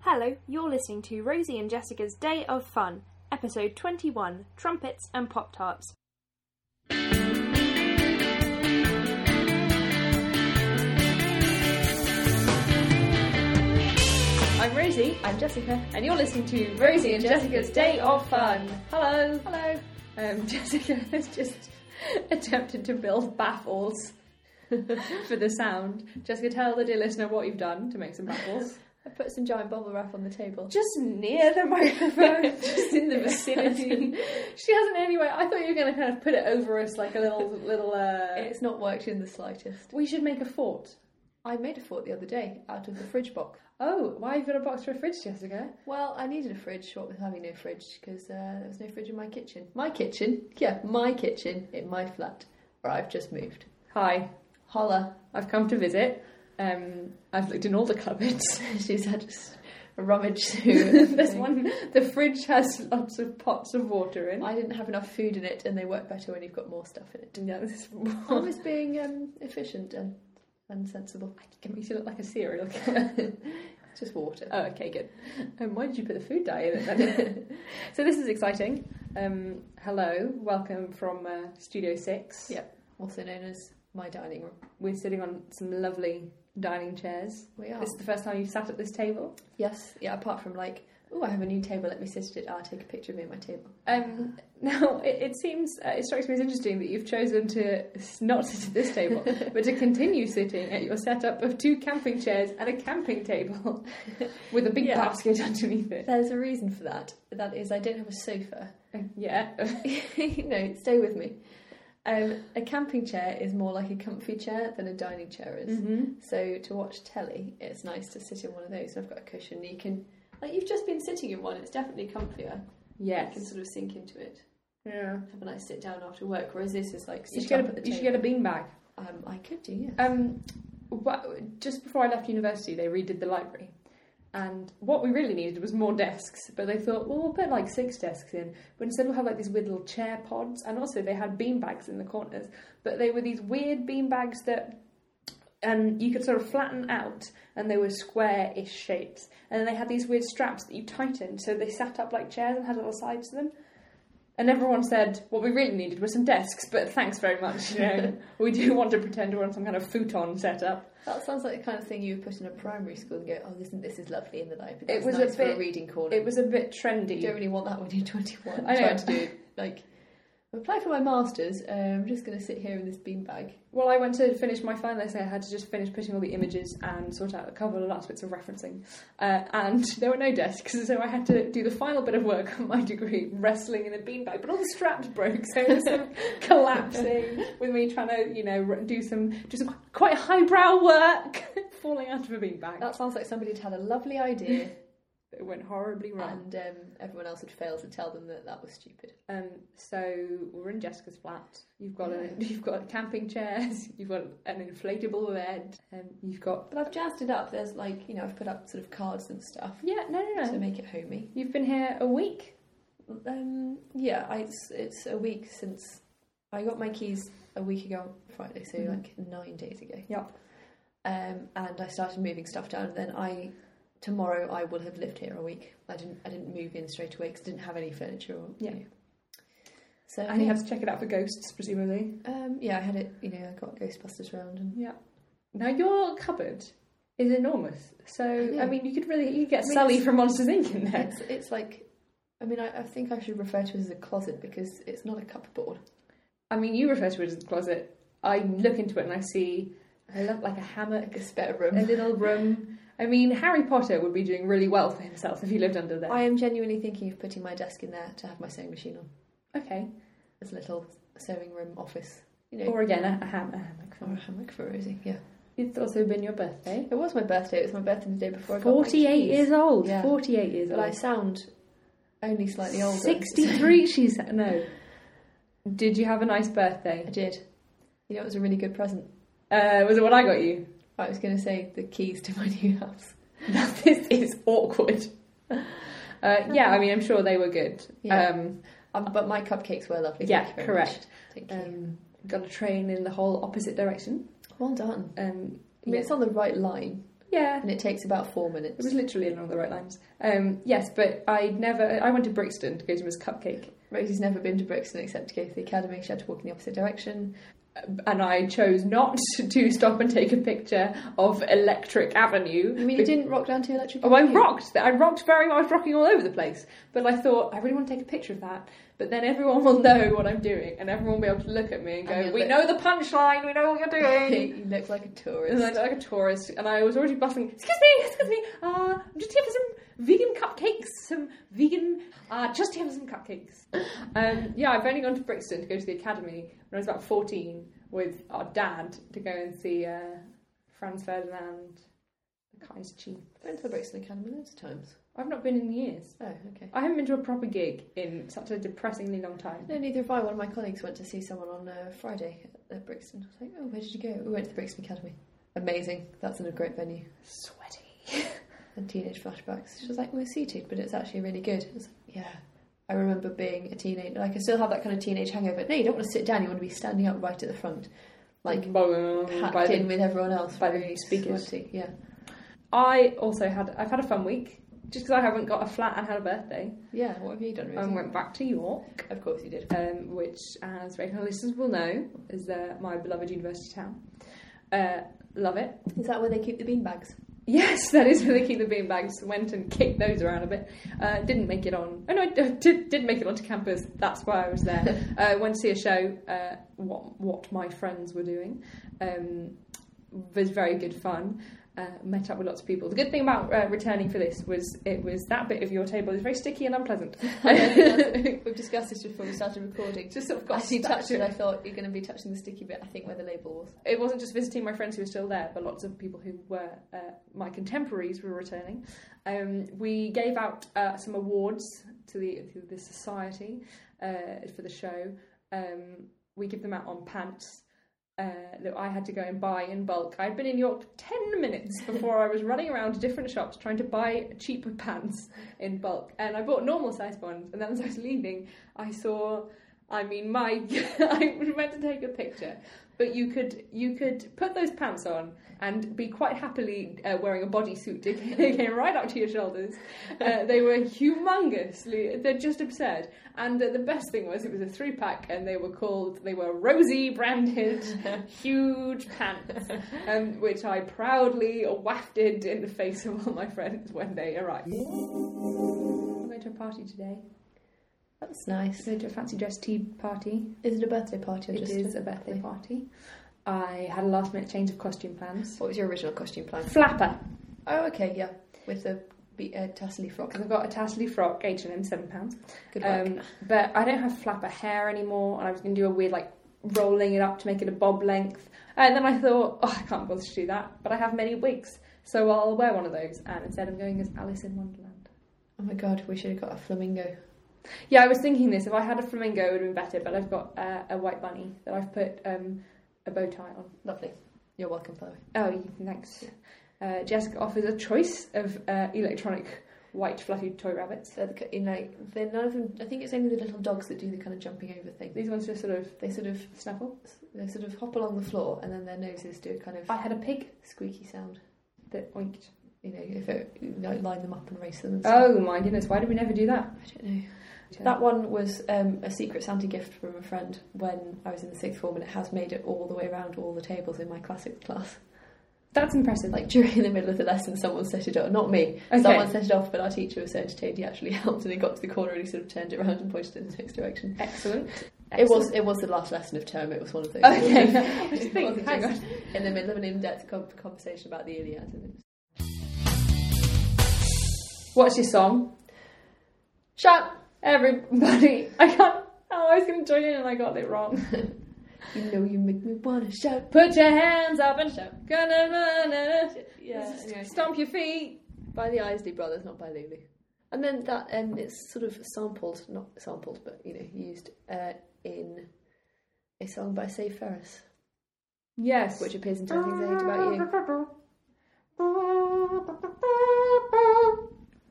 Hello, you're listening to Rosie and Jessica's Day of Fun, episode 21 Trumpets and Pop Tarts. I'm Rosie. I'm Jessica. And you're listening to Rosie and Jessica's Day of Fun. Hello. Hello. Um, Jessica has just attempted to build baffles for the sound. Jessica, tell the dear listener what you've done to make some baffles. I put some giant bubble wrap on the table. just near the microphone, just in the vicinity. she hasn't anyway. I thought you were going to kind of put it over us like a little, little, uh... It's not worked in the slightest. We should make a fort. I made a fort the other day out of the fridge box. Oh, why have you got a box for a fridge, Jessica? Well, I needed a fridge, what with having no fridge, because uh, there was no fridge in my kitchen. My kitchen? Yeah, my kitchen in my flat, where I've just moved. Hi, Holla. I've come to visit. Um, I've looked in all the cupboards. She's had s- a rummage through. this everything. one, the fridge has lots of pots of water in. I didn't have enough food in it, and they work better when you've got more stuff in it. yeah, this is I was being um, efficient and, and sensible. It makes you look like a cereal killer. It's just water. oh, okay, good. Um, why did you put the food dye in it then? so this is exciting. Um, hello, welcome from uh, Studio 6. Yep. Also known as my dining room. We're sitting on some lovely dining chairs. We are. This is the first time you've sat at this table. Yes, yeah, apart from like, oh, I have a new table, let me sit at it, I'll take a picture of me at my table. Um, now, it, it seems, uh, it strikes me as interesting that you've chosen to s- not sit at this table, but to continue sitting at your setup of two camping chairs and a camping table with a big Yeah. basket underneath it. Uh, There's a reason for that. That is, I don't have a sofa. Yeah. no, stay with me. Um, a camping chair is more like a comfy chair than a dining chair is. Mhm. So to watch telly, it's nice to sit in one of those. I've got a cushion. You can, like, you've just been sitting in one. It's definitely comfier. You can Yes. sort of sink into it. Yeah. Have a nice sit down after work. Whereas this is like You sit up should, at get the a, you should table. get a beanbag. Um, I could do yeah. Um, wh- just before I left university, they redid the library. And what we really needed was more desks, but they thought, well, we'll put like six desks in, but instead we'll have like these weird little chair pods, and also they had bean bags in the corners, but they were these weird bean bags that um, you could sort of flatten out, and they were square-ish shapes, and then they had these weird straps that you tightened, so they sat up like chairs and had little sides to them. And everyone said, what we really needed were some desks, but thanks very much. You know, we do want to pretend we're on some kind of futon setup. That sounds like the kind of thing you would put in a primary school and go, oh, isn't this is lovely in the library. It That's was a nice for bit- a reading corner. It was a bit you don't trendy. really want that when you're 21. I know. Trying to do, like, I'm applying for my master's. Uh, I'm just going to sit here in this beanbag. Well, I went to finish my final essay. I had to just finish putting all the images and sort out a couple of last bits of referencing. Uh, and there were no desks, so I had to do the final bit of work on my degree, wrestling in a beanbag. But all the straps broke, so it was sort of collapsing with me trying to, you know, r- do some do some quite highbrow work, falling out of a beanbag. That sounds like somebody had had a lovely idea It went horribly wrong. and um, everyone else had failed to tell them that that was stupid. Um, so we're in Jessica's flat. You've got a, you've got camping chairs. You've got an inflatable bed. Um, you've got But I've jazzed it up. There's, like, you know, I've put up sort of cards and stuff yeah no no no. to make it homey. You've been here a week. Um, yeah, I, it's, it's a week since I got my keys a week ago on Friday, so Mhm. like nine days ago. Yep. um, and I started moving stuff down. Then I tomorrow I will have lived here a week. I didn't I didn't move in straight away because I didn't have any furniture. Or, Yeah. You know. So And you had to check it out for ghosts presumably. um, yeah, I had it. You know, I got Ghostbusters round and Now your cupboard is enormous. So I, know. mean you could really you could get I mean, Sally it's- from Monsters Inc in there. it's it's like. I mean, I, I think I should refer to it as a closet because it's not a cupboard. I mean you refer to it as the closet. I look into it and I see I love like a hammock, A spare a room. little room. I mean Harry Potter would be doing really well for himself if he lived under there. I am genuinely thinking of putting my desk in there to have my sewing machine on. okay. As a little sewing room office, you know, Or again a, a ham- a hammock. or a hammock for Rosie. Yeah, It's also been your birthday. it was my birthday. It was my birthday the day before. I got my 48 keys. years old. Yeah. 48 years But I old. sound only slightly older. 63, she said. No. Did you have a nice I birthday? did. You know, it was a really good present. Uh, was it what I got you? I was going to say the keys to my new house. this is awkward. Uh, yeah, I mean, I'm sure they were good. Yeah. Um, Um, but my cupcakes were lovely. yeah, Thank you very much. correct. Thank you. Um, got a train in the whole opposite direction. well done. Um, I mean, yeah. it's on the right line. Yeah, and it takes about four minutes. It was literally along the right lines. Um, yes, but I never. I went to Brixton to go to Miss Cupcake, Rosie's never been to Brixton except to go to the academy. She had to walk in the opposite direction. and I chose not to stop and take a picture of Electric Avenue. I mean, you didn't rock down to electric. Oh, I Avenue. rocked. I rocked very much. I was rocking all over the place. But I thought, I really want to take a picture of that. But then everyone will know what I'm doing, and everyone will be able to look at me and go, And you'll "We look- know the punchline. We know what you're doing." you look like a and I tourist. looked like a tourist, and I was already bustling. Excuse me, excuse me. Uh, I'm just here for some vegan cupcakes. Some vegan. Uh, just here for some cupcakes. Um, yeah, I've only gone to Brixton to go to the academy when I was about 14 with our dad to go and see uh, Franz Ferdinand, the Kaiser Chief. I went to the Brixton Academy loads of times. I've not been in years. Oh, okay. I haven't been to a proper gig in such a depressingly long time. No, neither have I. One of my colleagues went to see someone on uh, Friday at, at Brixton. I was like, oh, where did you go? We went to the Brixton Academy. Amazing. That's in a great venue. Sweaty. And teenage flashbacks. She was like, we're seated, but it's actually really good. I was like, yeah. I remember being a teenager. Like, I still have that kind of teenage hangover. No, you don't want to sit down. You want to be standing up right at the front. Like, Boom, by packed in the, with everyone else. by the very speakers. sweaty. Yeah. I also had. I've had a fun week. Just because I haven't got a flat and had a birthday, Yeah, what have you done, Rosie? I went back to York. of course you did. um, which, as regular listeners will know, is uh, my beloved university town. Uh, love it. Is that where they keep the beanbags? Yes, that is where they keep the beanbags. Went and kicked those around a bit. Uh, didn't make it on. Oh no, I did, did make it onto campus. That's why I was there. uh, went to see a show. Uh, what what my friends were doing. Um, was very good fun. Uh, met up with lots of people. The good thing about uh, returning for this was it was that bit of your table is very sticky and unpleasant. We've discussed this before we started recording. Just sort of got Got you stuck touched to it. I thought you're going to be touching the sticky bit. I think where the label was. it wasn't just visiting my friends who were still there, but lots of people who were uh, my contemporaries were returning. Um, we gave out uh, some awards to the to the society uh, for the show. Um, we give them out on pants uh, that I had to go and buy in bulk. I'd been in York ten minutes before I was running around to different shops trying to buy cheaper pants in bulk, and I bought normal size ones. And then as I was leaving, I saw. I mean, my I went to take a picture, but you could you could put those pants on and be quite happily uh, wearing a bodysuit. They- They came right up to your shoulders. Uh, they were humongously. They're just absurd. And uh, the best thing was it was a three pack, and they were called they were rosy branded huge pants, um, which I proudly wafted in the face of all my friends when they arrived. I'm going to a party today. That's nice. I'm going to a fancy dress tea party. Is it a birthday party? Or It just is a birthday party. I had a last minute change of costume plans. What was your original costume plan? Flapper, Oh, okay, yeah, with the be- uh, tassely frock. because I've got a tassely frock, H and M, seven pounds. Good work. Um, but I don't have flapper hair anymore, and I was going to do a weird like rolling it up to make it a bob length. And then I thought, oh, I can't bother to do that. But I have many wigs, so I'll wear one of those. And instead, I'm going as Alice in Wonderland. oh my god, we should have got a flamingo. Yeah, I was thinking this. If I had a flamingo, it would have been better. But I've got uh, a white bunny that I've put um, a bow tie on. Lovely. You're welcome, by the way. Oh, you- thanks. Uh, Jessica offers a choice of uh, electronic white fluffy toy rabbits. So the, co- in like, they're none of them. I think it's only the little dogs that do the kind of jumping over thing. These ones just sort of They sort of snuffle. they sort of hop along the floor and then their noses do a kind of I had a pig squeaky sound. that oinked. You know, if it you know, line them up and race them. And stuff. Oh my goodness, why did we never do that? I don't know. That one was um, a secret Santa gift from a friend when I was in the sixth form, and it has made it all the way around all the tables in my classics class. That's impressive. Like during the middle of the lesson, someone set it off. Not me. Okay. Someone set it off, but our teacher was so entertained he actually helped, and he got to the corner and he sort of turned it around and pointed in the next direction. Excellent. It was it was the last lesson of term. It was one of those. Okay. I was It thinking, wasn't hang on. just in the middle of an in-depth com- conversation about the Iliad. And it was, What's your song? Shut up, everybody. I can't. Oh, I was going to join in and I got it wrong. you know, you make me wanna shout. Put your hands up and shout. Ga-na-na-na-na. Yeah. Anyway. Stomp your feet. By the Isley Brothers, not by Lulu. And then that um, it's sort of sampled, not sampled, but you know, used uh, in a song by Save Ferris, Yes. which appears in Ten Things I Hate About You.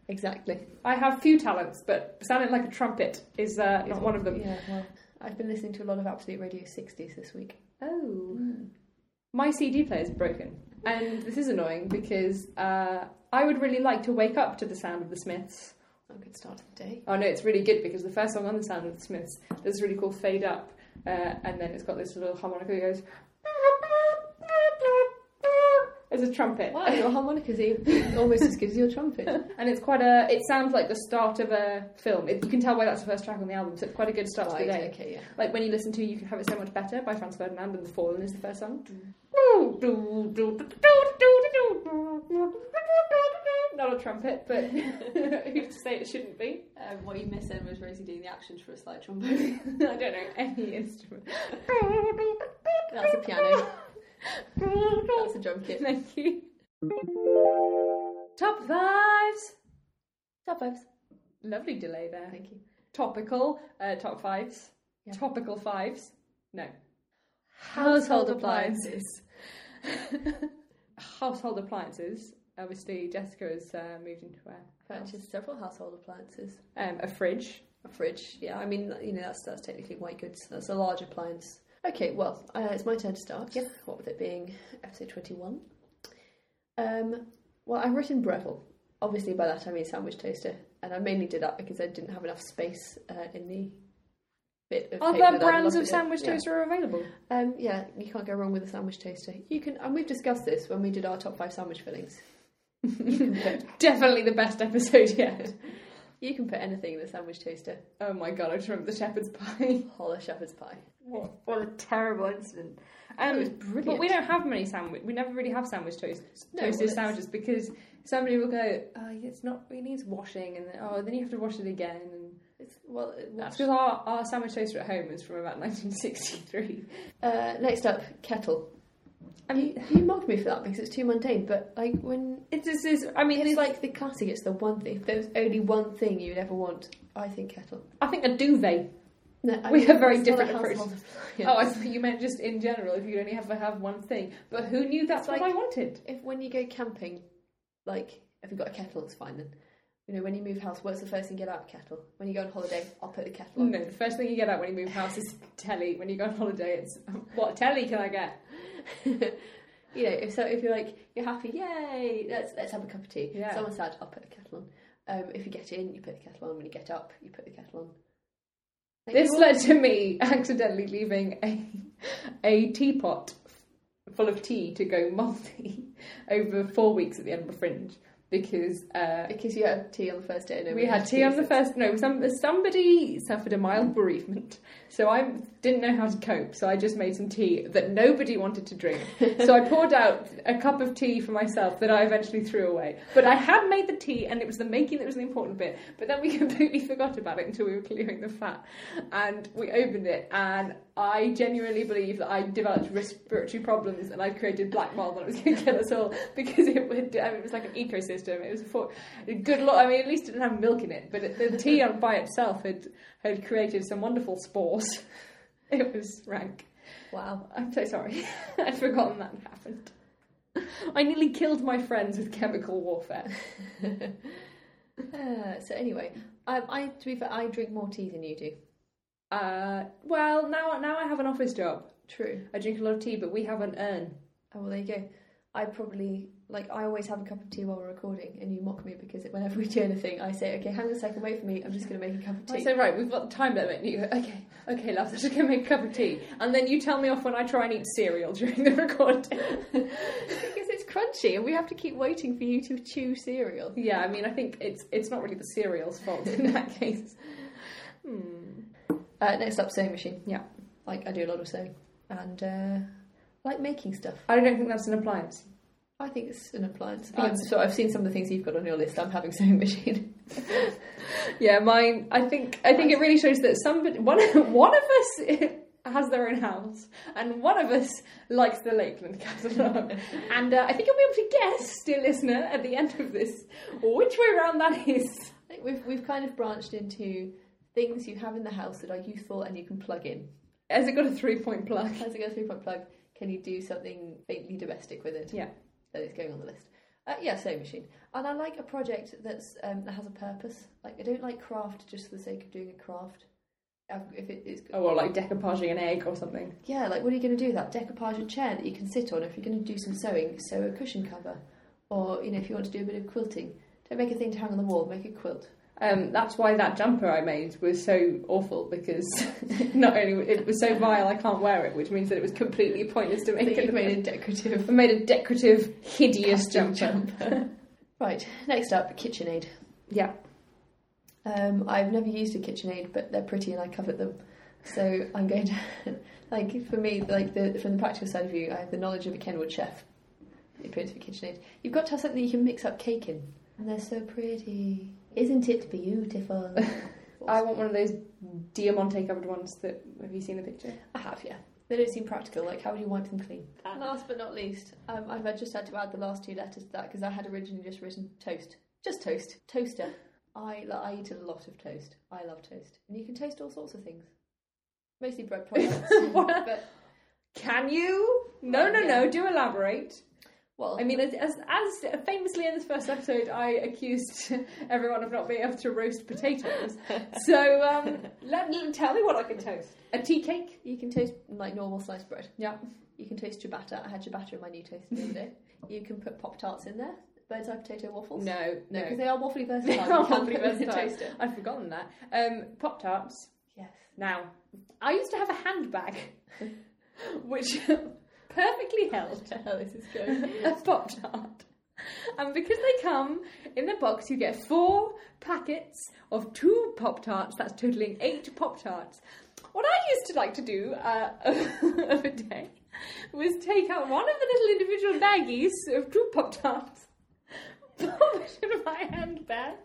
Exactly. I have few talents, but sounding like a trumpet is uh, not one of them. Oh, Yeah. Well, I've been listening to a lot of Absolute Radio 60s this week. Oh. My CD player's broken. And this is annoying because uh, I would really like to wake up to the sound of the Smiths. A good start to the day. Oh no, it's really good because the first song on the sound of the Smiths, there's this really cool fade up, uh, and then it's got this little harmonica that goes. As a trumpet. Wow, your harmonica's even, almost as good as your trumpet. And it's quite a. It sounds like the start of a film. It, you can tell why that's the first track on the album, so it's quite a good start to Right, the day. okay, yeah. Like when you listen to You Can Have It So Much Better by Franz Ferdinand and The Fallen is the first song. Mm. Not a trumpet, but who's to say it shouldn't be? Um, what you missed then was Rosie doing the actions for a slide trombone. I don't know any instrument. That's a piano. That's a drum kit. Thank you. Top fives. Top vibes. Lovely delay there. Thank you. Topical. Uh, top fives. Yeah. Topical fives. No. Household appliances. Household appliances. Obviously, Jessica has uh, moved into a house. Purchased several household appliances. Um, a fridge. A fridge. Yeah, I mean, you know, that's that's technically white goods. That's a large appliance. Okay, well, uh, it's my turn to start. Yeah. What with it being episode twenty-one. Um, well, I've written Breville. Obviously, by that I mean sandwich toaster, and I mainly did that because I didn't have enough space uh, in the bit of. Are paper there that I'd brands love of to get. sandwich Yeah. toaster are available? Um, yeah, you can't go wrong with a sandwich toaster. You can, and we've discussed this when we did our top five sandwich fillings. you, can put, Definitely the best episode yet. you can put anything in a sandwich toaster. oh my god, I just remember the shepherd's pie. Holler shepherd's pie. What, what a terrible incident. Um, it was brilliant. But we don't have many sandwich. We never really have sandwich toast, No, toasted well, it's- sandwiches because somebody will go, "Oh, it's not. It needs washing," and then, oh, then you have to wash it again. And It's, well, it- that's because our, our sandwich toaster at home is from about 1963. uh, next up, kettle. I you, mean, you mocked me for that because it's too mundane. But like when it just is. I mean, it's it's like the classic, it's the one thing. If there's only one thing you'd ever want, I think kettle. I think a duvet. No, I We mean, have very it's not a different household appliance. Oh, I thought you meant just in general. If you only ever have one thing, but who knew that's It's what like- I wanted? If when you go camping, like if you've got a kettle, it's fine then. You know, when you move house, what's the first thing you get out? Kettle. When you go on holiday, I'll put the kettle on. Mm, No, the first thing you get out when you move house is telly. When you go on holiday, it's what telly can I get? you know, if so, if you're like you're happy, yay, let's let's have a cup of tea. Yeah. Someone's sad, I'll put the kettle on. Um, if you get in, you put the kettle on. When you get up, you put the kettle on. Like, This you- led to me accidentally leaving a a teapot full of tea to go multi over four weeks at the Edinburgh Fringe because uh, because you had tea on the first day. No, we had tea on the first. No, some, somebody suffered a mild bereavement, so I didn't know how to cope. So I just made some tea that nobody wanted to drink. so I poured out a cup of tea for myself that I eventually threw away. But I had made the tea, and it was the making that was the important bit. But then we completely forgot about it until we were clearing the fat, and we opened it. And I genuinely believe that I developed respiratory problems, and I created black mold, and it was going to kill us all because it would. I mean, it was like an ecosystem. It was for good. Lo- I mean, at least it didn't have milk in it, but the tea by itself had had created some wonderful spores. It was rank. Wow. I'm so sorry. I'd forgotten that happened. I nearly killed my friends with chemical warfare. Uh, so anyway, um, I to be fair, I drink more tea than you do. Uh, well, now now I have an office job. True. I drink a lot of tea, but we have an urn. Oh well, there you go. I probably like I always have a cup of tea while we're recording, and you mock me because whenever we do anything, I say, "Okay, hang on a second, wait for me. I'm just going to make a cup of I tea." say, right, we've got the time limit. And you go, okay, okay, love, I'm just going to make a cup of tea. And then you tell me off when I try and eat cereal during the recording. because it's crunchy, and we have to keep waiting for you to chew cereal. yeah, I mean, I think it's it's not really the cereal's fault in that case. Uh, next up, sewing machine. Yeah. Like I do a lot of sewing, and uh, I like making stuff. I don't think that's an appliance. I think it's an appliance. think Um, so I've seen some of the things you've got on your list. I'm having sewing machine. Yeah, mine. I think I think it really shows that somebody one one of us has their own house, and one of us likes the Lakeland catalogue. and uh, I think you'll be able to guess, dear listener, at the end of this, which way round that is. I think we've we've kind of branched into things you have in the house that are useful and you can plug in. Has it got a three point plug? As a go three point plug, can you do something faintly domestic with it? Yeah. That is going on the list. Uh, yeah, sewing machine. And I like a project that's um, that has a purpose. Like I don't like craft just for the sake of doing a craft. I've- If it is, Oh, or like decoupaging an egg or something. yeah, like what are you going to do? with That decoupage and chair that you can sit on if you're going to do some sewing, sew a cushion cover, or you know if you want to do a bit of quilting, don't make a thing to hang on the wall, make a quilt. Um, that's why that jumper I made was so awful because not only it was so vile I can't wear it, which means that it was completely pointless to make Think it. you've made a decorative I made a decorative, hideous Custom jumper. Right, next up, KitchenAid. Yeah. Um, I've never used a KitchenAid, but they're pretty and I covet them. So I'm going to, like, for me, like the from the practical side of view, I have the knowledge of a Kenwood chef. The appearance of a KitchenAid. You've got to have something you can mix up cake in, and they're so pretty. Isn't it beautiful? I want one of those Diamante covered ones that have you seen the picture? I have, yeah. They don't seem practical. Like, how would you wipe them clean? Last but not least, um, I've had- just had to add the last two letters to that because I had originally just written toast. Just toast. Toaster. I, like, I eat a lot of toast. I love toast. And you can toast all sorts of things. Mostly bread products. but, Can you? No, no, no. Do elaborate. well, I mean, as, as as famously in this first episode, I accused everyone of not being able to roast potatoes. so um, let me tell me what I can toast. A tea cake. you can toast like normal sliced bread. Yeah. You can toast ciabatta. I had ciabatta in my new toast the other day. You can put Pop Tarts in there. Bird's eye potato waffles. No, No, because they are waffly versatile. They You are can waffly put them in a versatile. toaster. I've forgotten that. Um, Pop tarts. Yes. Now, I used to have a handbag, which perfectly held Where the hell is this going? a pop tart. And because they come in the box, you get four packets of two pop tarts. That's totaling eight pop tarts. What I used to like to do uh, of a day was take out one of the little individual baggies of two pop tarts, pop it in my handbag,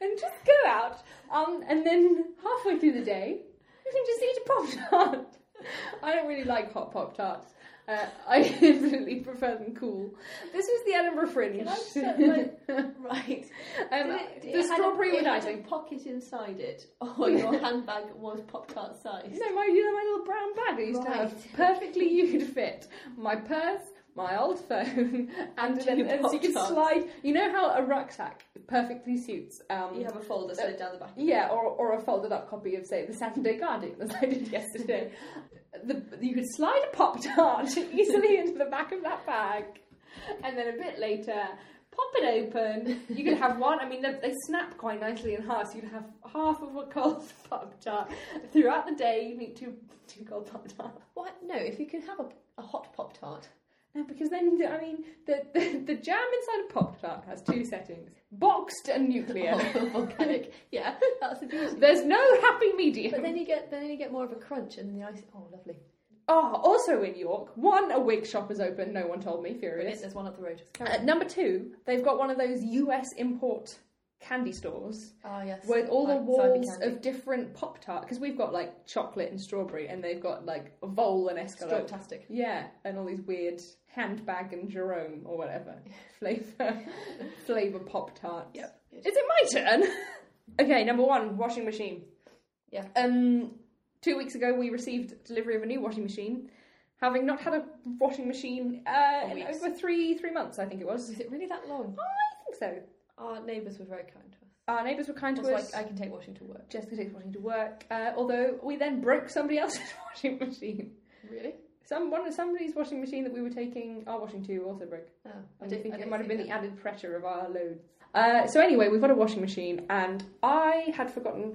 and just go out. Um, and then halfway through the day, you can just eat a pop tart. I don't really like hot pop tarts. Uh, I infinitely prefer them cool. This was the Edinburgh Fringe. Can I just say, like, right. Um, Did it- the it had a- strawberry it with had icing. a pocket inside it, or your handbag was pop tart size. No, my you know my little brown bag I used to have Right. perfectly you'd fit my purse, my old phone, and, And then two and so you could Pop-Tarts. slide. You know how a rucksack perfectly suits. Um, You have a folder slid down the back. Yeah, or, or a folded up copy of, say, the Saturday Guardian, as I did yesterday. the, you could slide a Pop Tart easily into the back of that bag, and then a bit later, pop it open. You could have one, I mean, they, they snap quite nicely in half, so you'd have half of a cold Pop Tart. Throughout the day, you need two, two cold Pop Tarts. What? No, if you can have a, a hot pop tart. No, because then, I mean, the, the, the jam inside a Pop Tart has two settings boxed and nuclear. Or volcanic. Yeah, that's the beauty. There's no happy medium. But then you get then you get more of a crunch and the ice. Oh, lovely. Oh, also in York, one, a wig shop is open, no one told me, Brilliant. furious. There's one up the road. Carry Uh, on. number two, they've got one of those US import candy stores Ah, yes. with all the Like walls Zybe candy. of different Pop Tart, because we've got like chocolate and strawberry, and they've got like a vole and escalope. Strawtastic. Yeah, and all these weird handbag and Jerome or whatever flavour flavour Pop Tarts. Yep. Good. Is it my turn? okay, number one, washing machine. Yeah. Um, two weeks ago we received delivery of a new washing machine, having not had a washing machine uh, For in weeks. over three three months, I think it was. Was it really that long? Oh, I think so. Our neighbours were very kind to us. Our neighbours were kind to Also, us. I, I can take washing to work. Jessica takes washing to work. Uh, although we then broke somebody else's washing machine. Really? Some one somebody's washing machine that we were taking our washing to also broke. Oh, I don't think it might have been that. the added pressure of our loads. Uh, so anyway, we've got a washing machine, and I had forgotten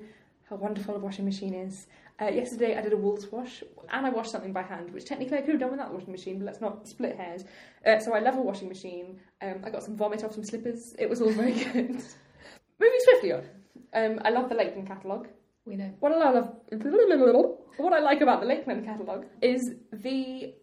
how wonderful a washing machine is. Uh, yesterday, I did a wool's wash, and I washed something by hand, which technically I could have done without the washing machine, but let's not split hairs. Uh, so I love a washing machine. Um, I got some vomit off some slippers. It was all very good. Moving swiftly on, um, I love the Lakeland catalogue. We know. What I love, what I like about the Lakeland catalogue is the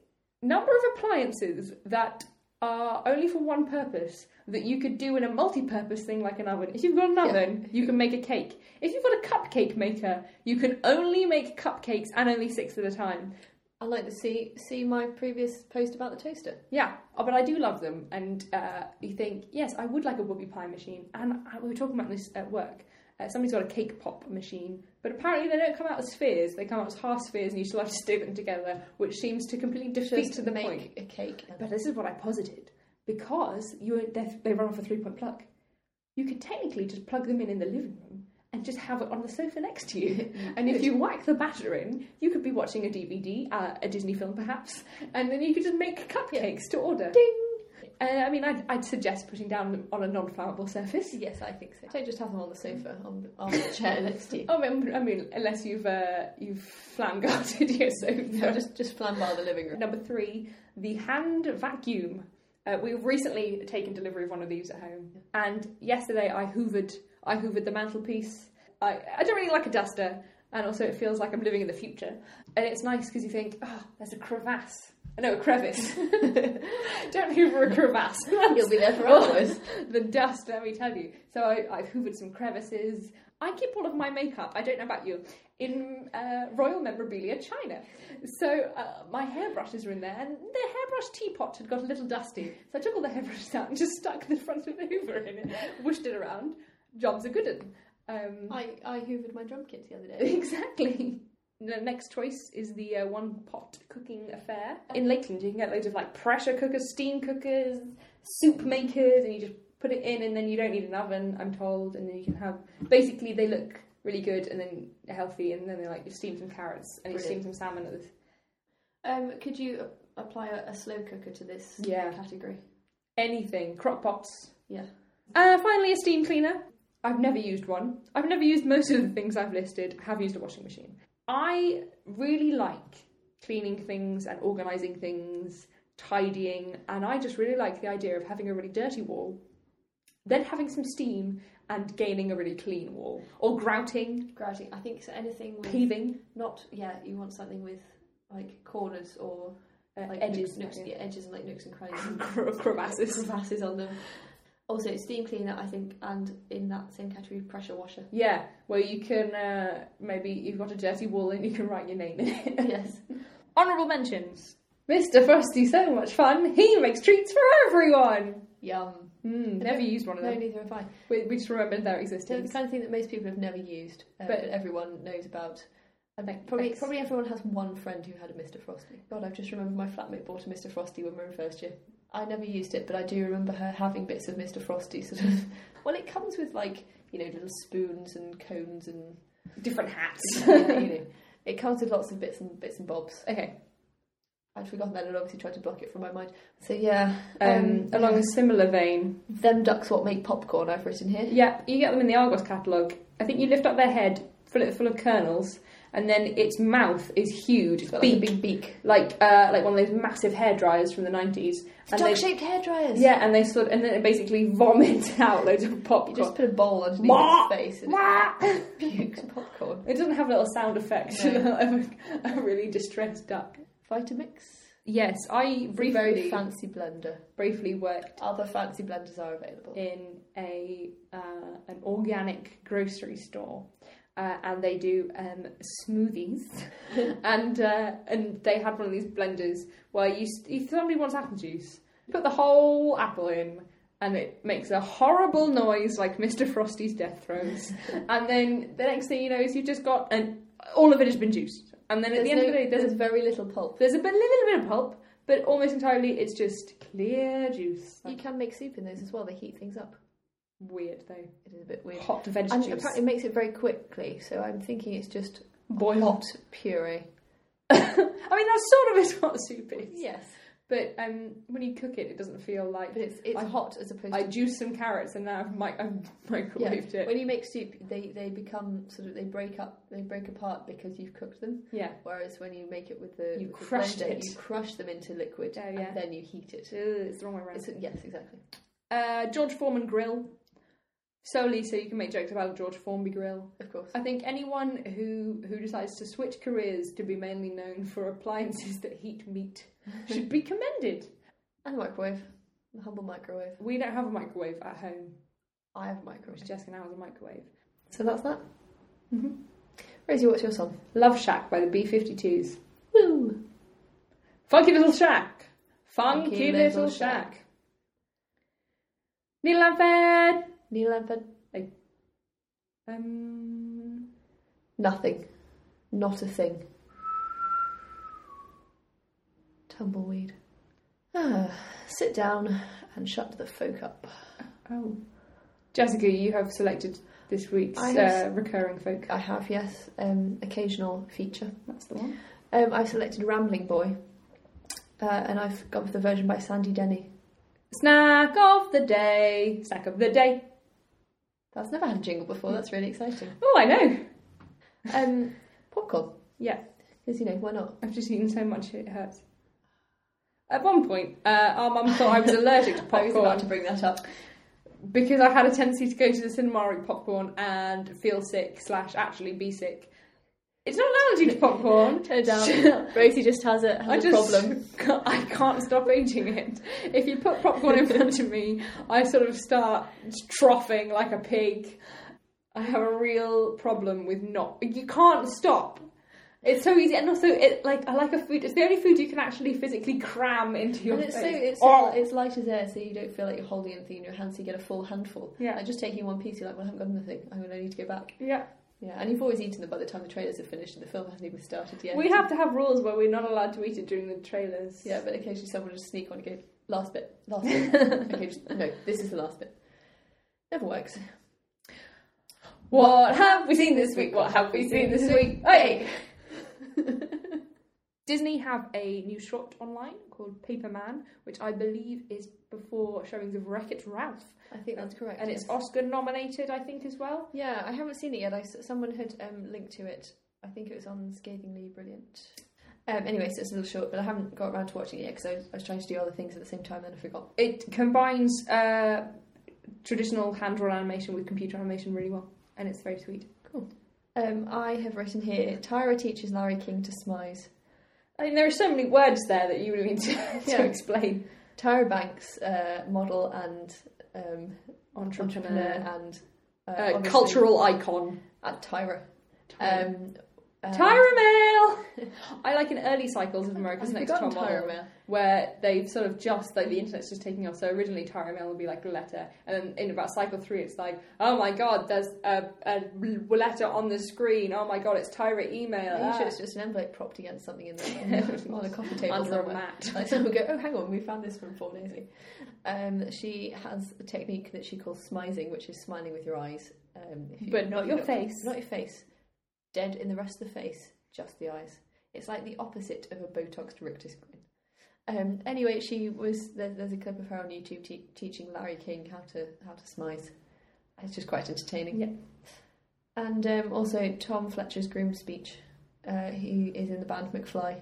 number of appliances that are only for one purpose that you could do in a multi-purpose thing like an oven. If you've got an oven, you can make a cake. If you've got a cupcake maker, you can only make cupcakes and only six at a time. I'd like to see see my previous post about the toaster. Yeah, oh, but I do love them, and uh, you think, yes, I would like a whoopie pie machine. And I, we were talking about this at work. Uh, somebody's got a cake pop machine, but apparently they don't come out as spheres; they come out as half spheres, and you still have to stick them together, which seems to completely defeat Just the make point. a cake. and- But this is what I posited because you they, they run off a three point plug. You could technically just plug them in in the living room and and just have it on the sofa next to you. Mm-hmm. and if you whack the batter in, you could be watching a DVD, uh, a Disney film perhaps, and then you could just make cupcakes to order. Ding! Uh, I mean, I'd, I'd suggest putting down on a non-flammable surface. Yes, I think so. Don't just have them on the sofa, on the, on the chair next to you. Oh, I mean, I mean, unless you've uh, you've flamguarded your sofa. No, just just flambar the living room. Number three, the hand vacuum. Uh, we've recently taken delivery of one of these at home, and yesterday I hoovered. I hoovered the mantelpiece. I, I don't really like a duster, and also it feels like I'm living in the future. And it's nice because you think, oh, there's a crevasse. No, a crevice. don't hoover a crevasse. You'll be there for hours. the dust, let me tell you. So I, I've hoovered some crevices. I keep all of my makeup, I don't know about you, in uh, royal memorabilia china. So uh, my hairbrushes were in there, and the hairbrush teapot had got a little dusty. So I took all the hairbrushes out and just stuck the front of the hoover in it, whooshed it around. Job's a good un. Um, I, I hoovered my drum kit the other day. exactly. The next choice is the uh, one pot cooking affair. In Lakeland, you can get loads of like pressure cookers, steam cookers, soup makers, and you just put it in, and then you don't need an oven, I'm told. And then you can have basically they look really good and then healthy, and then they like you steam some carrots and you steam Brilliant. some salmon. At this. Um, could you a- apply a, a slow cooker to this Yeah. category? Anything, crock pots. Yeah. Uh, finally, a steam cleaner. I've never used one. I've never used most of the things I've listed. Have used a washing machine. I really like cleaning things and organising things, tidying, and I just really like the idea of having a really dirty wall, then having some steam and gaining a really clean wall, or grouting, Grouting. I think so anything with paving, not yeah, you want something with like corners or uh, like edges, nooks, nooks yeah. yeah, edges and like nooks and crannies and Cre- crevasses. crevasses on them. Also, steam cleaner, I think, and in that same category, pressure washer. Yeah, where you can uh, maybe you've got a dirty wall and you can write your name in it. yes. Honourable mentions. Mr. Frosty's so much fun. He makes treats for everyone. Yum. Mm, never used one of No, them. neither have I. We, we just remembered their So the existence. kind of thing that most people have never used, uh, But- but, everyone knows about. And Thank- probably, thanks. probably everyone has one friend who had a Mr. Frosty. God, I've just remembered my flatmate bought a Mr. Frosty when we were in first year. I never used it, but I do remember her having bits of Mr. Frosty. Sort of. Well, it comes with like you know little spoons and cones and Different hats. you know, it comes with lots of bits and bits and bobs. okay. I'd forgotten that and obviously tried to block it from my mind. So yeah, Um, along a similar vein. them ducks what make popcorn. I've written here. Yep, you get them in the Argos catalogue. I think you lift up their head, fill it full of kernels, and then its mouth is huge. It's It's got beak, like a big beak. like uh, like one of those massive hair dryers from the nineties. And they, Duck shaped hairdryers. yeah, and they sort of, and then it basically vomits out loads of You popcorn. just put a bowl underneath Wah! its face and Wah! it pukes popcorn. It doesn't have little sound effects No. of a, a really distressed duck. Vitamix. Yes, I Briefly. briefly Very fancy blender. briefly worked Other fancy blenders are available. in a uh, an organic grocery store, uh, and they do um, smoothies, and uh, and they had one of these blenders where you s- if somebody wants apple juice, you put the whole apple in. And it makes a horrible noise like Mr. Frosty's death throes. and then the next thing you know is you've just got an all of it has been juiced. And then at the end no- of the day, there's there's very little pulp. There's a bit, little bit of pulp, but almost entirely it's just clear juice. You Like, can make soup in those as well. They heat things up. weird though. It is a bit weird. Hot veg And juice. apparently it makes it very quickly, so I'm thinking it's just Boil. hot puree. I mean, that sort of is what soup is. Yes, But um, when you cook it, it doesn't feel like but it's it's I- hot as opposed I to juiced some carrots and now I've, mi- I've yeah. microwaved it. When you make soup, they they become sort of they break up, they break apart because you've cooked them. Yeah. Whereas when you make it with the You with the crushed blender, it. you crush them into liquid, Oh, yeah. and then you heat it. Ugh, It's the wrong way around. It's, yes, exactly. Uh, George Foreman grill. Solely so you can make jokes about a George Formby grill. Of course. I think anyone who who decides to switch careers to be mainly known for appliances that heat meat should be commended. And the microwave, the humble microwave. We don't have a microwave at home. I have a microwave. Jessica now has a microwave. So that's that. Mm-hmm. Rosie, what's your song? Love Shack by the B 52s. Woo! Funky Little Shack! Funky, Funky Little, Little Shack! Neil Lamford! Neil Lampard. Um, Nothing. Not a thing. Tumbleweed. Ah, sit down and shut the folk up. oh. Jessica, you have selected this week's I have- uh, recurring folk. I have, yes, um, occasional feature. That's the one. Um, I've selected Rambling Boy, uh, and I've gone for the version by Sandy Denny. Snack of the day. Snack of the day. That's never had a jingle before, that's really exciting. Oh, I know. Um, popcorn, Yeah, because, you know, why not? I've just eaten so much it hurts. At one point, uh, our mum thought I was allergic to I was about to popcorn bring that up. because I had a tendency to go to the cinema with popcorn and feel sick slash actually be sick. It's not an allergy to popcorn. Turn it down. Rosie just has a, has I a just problem. Can't, I can't stop eating it. If you put popcorn in front of me, I sort of start troughing like a pig. I have a real problem with not. You can't stop. It's so easy, and also it like I like a food. It's the only food you can actually physically cram into your And it's so face. it's, Oh. it's light as air, so you don't feel like you're holding anything in your hand, so you get a full handful. Yeah. Like just taking one piece, you're like, well, I haven't got anything. I'm going to need to go back. yeah. Yeah, and you've always eaten them by the time the trailers have finished and the film hasn't even started yet. We have to have rules where we're not allowed to eat it during the trailers. Yeah, but occasionally someone will just sneak on and go, last bit, last bit. okay, just, no, this is the last bit. Never works. What have we seen this week? What have we seen this week? Hey. Disney have a new short online called Paper Man, which I believe is before showings of Wreck It Ralph, I think that's correct. and it's yes. Oscar nominated, I think, as well. Yeah, I haven't seen it yet. I s someone had um, linked to it. I think it was on Scathingly Brilliant. Um, anyway, so it's a little short, but I haven't got around to watching it yet because I, I was trying to do other things at the same time and I forgot. It combines uh, traditional hand drawn animation with computer animation really well, and it's very sweet. Um, I have written here Tyra teaches Larry King to smize. I mean, there are so many words there that you would need to, to Yeah. explain. Tyra Banks, uh, model and um, entrepreneur and uh, Uh, obviously- cultural icon. at Uh, Tyra. Um, Um, uh, Tyra Mail! I like in early cycles of America's I've Next forgotten Top Tyra Model, Mail. where they've sort of just like the internet's just taking off. So originally Tyra Mail would be like a letter, and then in about cycle three, it's like, oh my god, there's a, a letter on the screen. Oh my god, it's Tyra email Are you ah, sure it's just an envelope propped against something in there on a coffee table under a somewhere? mat. Like someone go, oh, hang on, we found this from four days ago. Um, she has a technique that she calls smizing, which is smiling with your eyes, um, if you- But not your face. Not your face. Dead in the rest of the face, just the eyes. It's like the opposite of a Botox rictus grin. Um, anyway, she was there, there's a clip of her on YouTube te- teaching Larry King how to how to smize. It's just quite entertaining. Yeah. And um, also Tom Fletcher's groom speech. Uh, he is in the band McFly,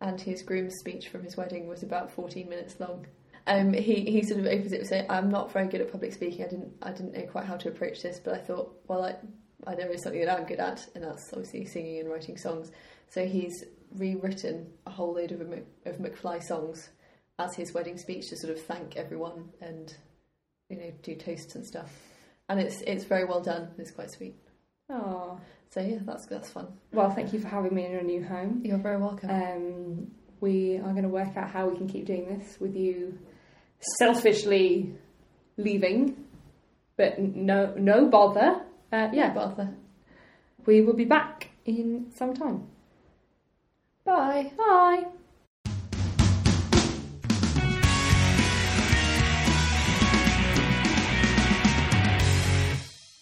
and his groom's speech from his wedding was about 14 minutes long. Um, he, he sort of opens it with saying, "I'm not very good at public speaking. I didn't I didn't know quite how to approach this, but I thought, well, I, I there is something that I'm good at, and that's obviously singing and writing songs. So he's rewritten a whole load of a Mc, of McFly songs as his wedding speech to sort of thank everyone and you know do toasts and stuff. And it's it's very well done. It's quite sweet. Oh. So yeah, that's that's fun. Well, thank you for having me in your new home. You're very welcome. Um, we are going to work out how we can keep doing this with you selfishly leaving, but no, no bother. Uh, yeah, yeah, bother. We will be back in some time. Bye. Bye.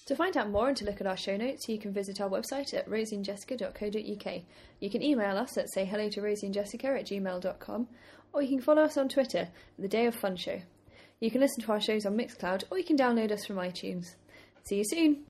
To find out more and to look at our show notes, you can visit our website at rosieandjessica.co.uk. You can email us at sayhello to rosieandjessica at gmail.com, or you can follow us on Twitter at The Day of Fun Show. You can listen to our shows on Mixcloud, or you can download us from iTunes. See you soon!